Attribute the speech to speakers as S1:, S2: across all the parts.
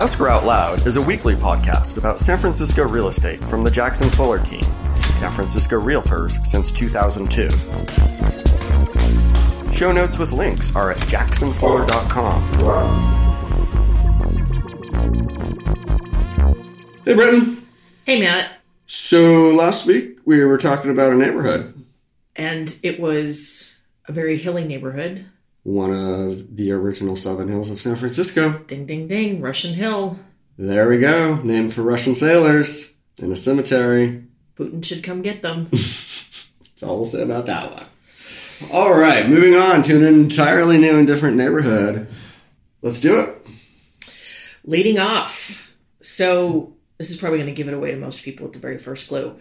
S1: Escrow Out Loud is a weekly podcast about San Francisco real estate from the Jackson Fuller team, San Francisco Realtors since 2002. Show notes with links are at jacksonfuller.com.
S2: Hey, Brenton.
S3: Hey, Matt.
S2: So last week we were talking about a neighborhood,
S3: And it was a very hilly neighborhood.
S2: one of the original Southern Hills of San Francisco.
S3: Ding, ding, ding, Russian Hill.
S2: There we go, named for Russian sailors in a cemetery.
S3: Putin should come get them.
S2: That's all we'll say about that one. All right, moving on to an entirely new and different neighborhood. Let's do it.
S3: Leading off. So, this is probably going to give it away to most people at the very first clue.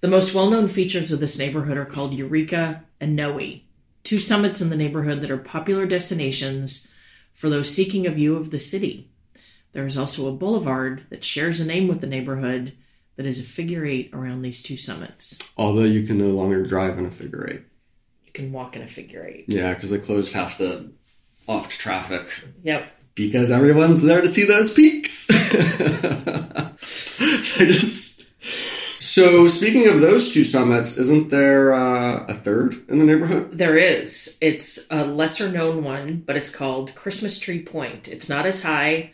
S3: The most well known features of this neighborhood are called Eureka and Noe, two summits in the neighborhood that are popular destinations for those seeking a view of the city. There is also a boulevard that shares a name with the neighborhood that is a figure eight around these two summits.
S2: Although you can no longer drive in a figure eight.
S3: You can walk in a figure eight.
S2: Yeah, because they closed half the off to traffic
S3: Yep.
S2: because everyone's there to see those peaks. I just. So speaking of those two summits, isn't there uh, a third in the neighborhood?
S3: There is. It's a lesser known one, but it's called Christmas Tree Point. It's not as high,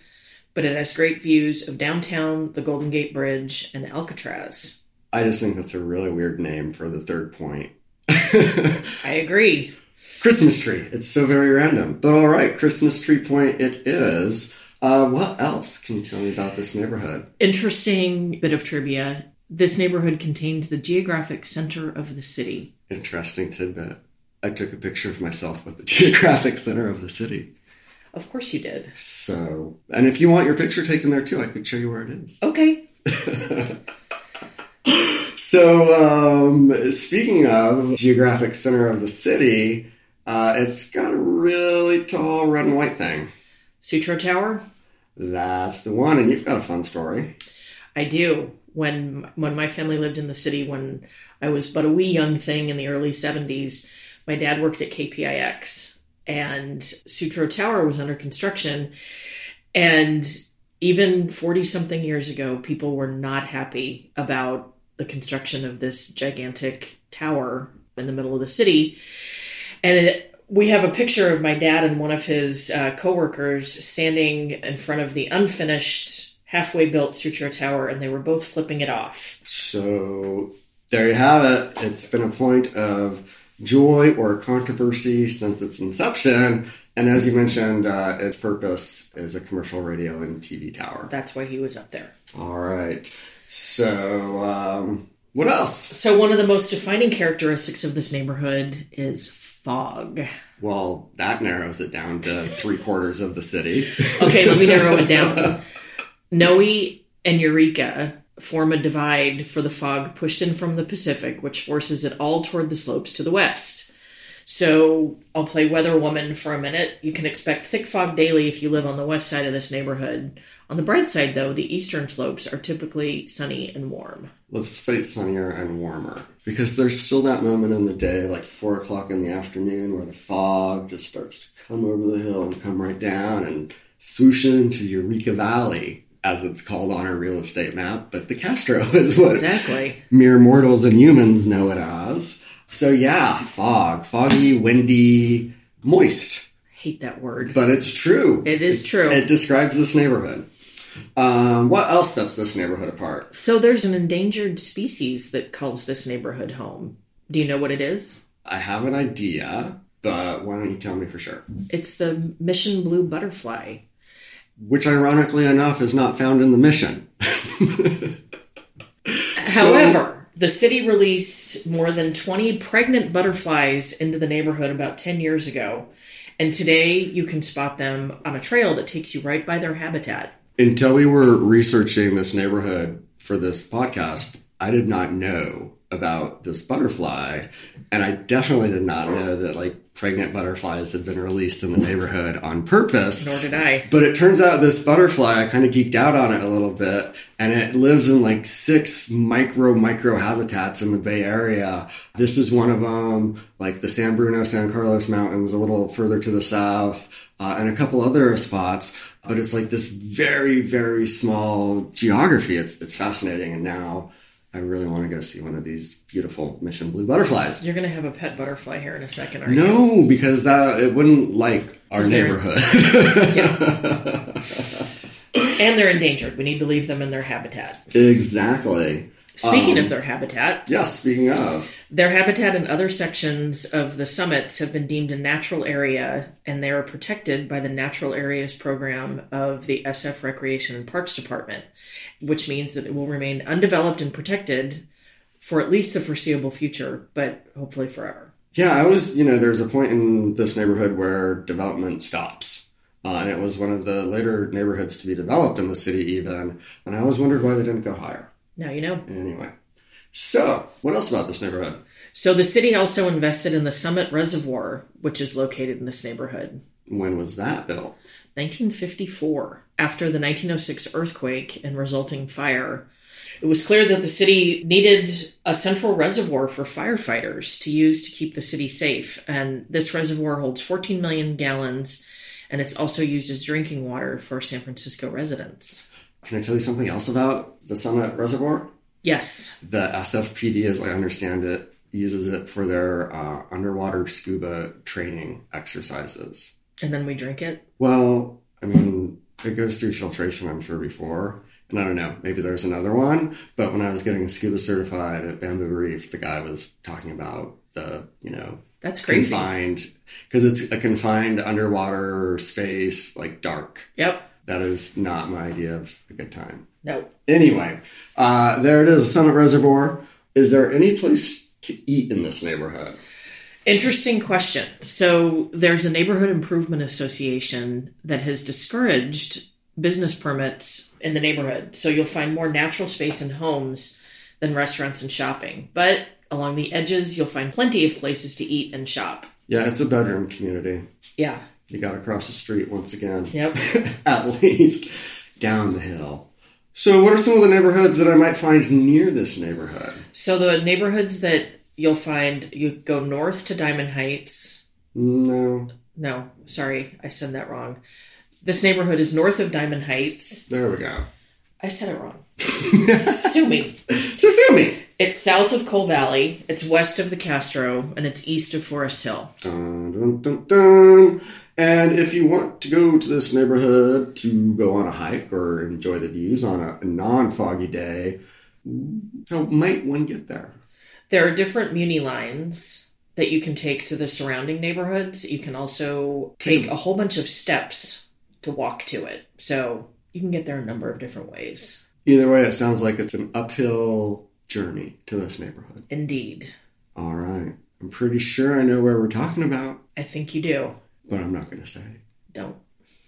S3: but it has great views of downtown, the Golden Gate Bridge, and Alcatraz.
S2: I just think that's a really weird name for the third point.
S3: I agree.
S2: Christmas tree. It's so very random, but all right, Christmas tree point it is. Uh, what else can you tell me about this neighborhood?
S3: Interesting bit of trivia. This neighborhood contains the geographic center of the city.
S2: Interesting tidbit. I took a picture of myself with the geographic center of the city.
S3: Of course you did.
S2: So, and if you want your picture taken there too, I could show you where it is.
S3: Okay.
S2: So, um, speaking of geographic center of the city, uh, it's got a really tall red and white thing.
S3: Sutro Tower?
S2: That's the one, and you've got a fun story.
S3: I do. When when my family lived in the city when I was but a wee young thing in the early 70s, my dad worked at KPIX and Sutro Tower was under construction and even 40 something years ago people were not happy about the construction of this gigantic tower in the middle of the city and it, we have a picture of my dad and one of his uh, coworkers standing in front of the unfinished, halfway built Sutro Tower, and they were both flipping it off.
S2: So, there you have it. It's been a point of joy or controversy since its inception. And as you mentioned, uh, its purpose is a commercial radio and TV tower.
S3: That's why he was up there.
S2: All right. So, um, what else?
S3: So, one of the most defining characteristics of this neighborhood is fog.
S2: Well, that narrows it down to three quarters of the city.
S3: Okay, let me narrow it down. Noe and Eureka form a divide for the fog pushed in from the Pacific, which forces it all toward the slopes to the west. So I'll play Weather Woman for a minute. You can expect thick fog daily if you live on the west side of this neighborhood. On the bright side, though, the eastern slopes are typically sunny and warm.
S2: Let's say it's sunnier and warmer because there's still that moment in the day, like four o'clock in the afternoon, where the fog just starts to come over the hill and come right down and swoosh into Eureka Valley, as it's called on our real estate map. But the Castro is what
S3: Exactly.
S2: mere mortals and humans know it as. So yeah, fog, foggy, windy, moist.
S3: Hate that word.
S2: But it's true.
S3: It is true.
S2: It describes this neighborhood. Um, what else sets this neighborhood apart?
S3: So there's an endangered species that calls this neighborhood home. Do you know what it is?
S2: I have an idea, but why don't you tell me for sure?
S3: It's the mission blue butterfly.
S2: Which, ironically enough, is not found in the mission.
S3: However, the city released more than 20 pregnant butterflies into the neighborhood about 10 years ago. And today you can spot them on a trail that takes you right by their habitat.
S2: Until we were researching this neighborhood for this podcast, I did not know about this butterfly, and I definitely did not know that like pregnant butterflies had been released in the neighborhood on purpose.
S3: Nor did I.
S2: But it turns out this butterfly, I kind of geeked out on it a little bit, and it lives in like six micro micro habitats in the Bay Area. This is one of them, like the San Bruno, San Carlos Mountains, a little further to the south, uh, and a couple other spots. But it's like this very very small geography. It's it's fascinating, and now. I really want to go see one of these beautiful mission blue butterflies.
S3: You're gonna have a pet butterfly here in a second, aren't you?
S2: No, because that it wouldn't like our
S3: Is there-
S2: neighborhood.
S3: And they're endangered. We need to leave them in their habitat.
S2: exactly.
S3: Speaking
S2: Um,
S3: of their habitat,
S2: Yes, speaking of.
S3: their habitat and other sections of the summits have been deemed a natural area, and they are protected by the Natural Areas Program of the SF Recreation and Parks Department, which means that it will remain undeveloped and protected for at least the foreseeable future, but hopefully forever.
S2: Yeah, I was, you know, there's a point in this neighborhood where development stops. Uh, and it was one of the later neighborhoods to be developed in the city, even. And I always wondered why they didn't go higher.
S3: Now you know.
S2: Anyway. So, what else about this neighborhood?
S3: So the city also invested in the Summit Reservoir, which is located in this neighborhood.
S2: When was that built?
S3: 1954, after the 1906 earthquake and resulting fire, it was clear that the city needed a central reservoir for firefighters to use to keep the city safe. And this reservoir holds 14 million gallons, and it's also used as drinking water for San Francisco residents.
S2: Can I tell you something else about the Summit Reservoir?
S3: Yes,
S2: The SFPD, as I understand it, uses it for their uh, underwater scuba training exercises.
S3: and then we drink it.
S2: Well, I mean, it goes through filtration, I'm sure, before. And I don't know, maybe there's another one. But when I was getting scuba certified at Bamboo Reef, the guy was talking about the, you know,
S3: That's crazy.
S2: confined, because it's a confined underwater space, like dark.
S3: Yep.
S2: That is not my idea of a good time.
S3: No.
S2: Anyway, uh, there it is, Summit Reservoir. Is there any place to eat in this neighborhood?
S3: Interesting question. So there's a neighborhood improvement association that has discouraged business permits in the neighborhood. So you'll find more natural space and homes than restaurants and shopping. But along the edges, you'll find plenty of places to eat and shop.
S2: Yeah, it's a bedroom community.
S3: Yeah.
S2: You got to cross the street once again.
S3: Yep.
S2: at least down the hill. So, what are some of the neighborhoods that I might find near this neighborhood?
S3: so the neighborhoods that you'll find, you go north to Diamond Heights.
S2: No,
S3: No, sorry, I said that wrong. This neighborhood is north of Diamond Heights.
S2: there we go.
S3: I said it wrong. Sue me.
S2: So, Sammy.
S3: It's south of Coal Valley, it's west of the Castro, and it's east of Forest Hill.
S2: Dun, dun, dun, dun. And if you want to go to this neighborhood to go on a hike or enjoy the views on a non foggy day, how might one get there?
S3: There are different muni lines that you can take to the surrounding neighborhoods. You can also take a whole bunch of steps to walk to it. So you can get there a number of different ways.
S2: Either way, it sounds like it's an uphill journey to this neighborhood.
S3: Indeed.
S2: All right. I'm pretty sure I know where we're talking about,
S3: I think you do.
S2: but I'm not going to say.
S3: Don't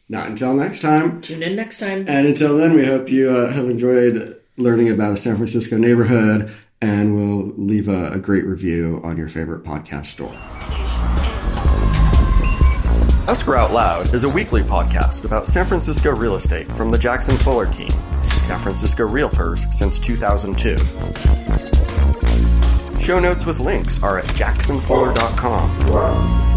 S2: Not until next time.
S3: tune in next time.
S2: And until then, we hope you uh, have enjoyed learning about a San Francisco neighborhood, and we'll leave a, a great review on your favorite podcast store.
S1: Escrow Out Loud is a weekly podcast about San Francisco real estate from the Jackson Fuller team, San Francisco Realtors since 2002. Show notes with links are at jacksonfuller.com.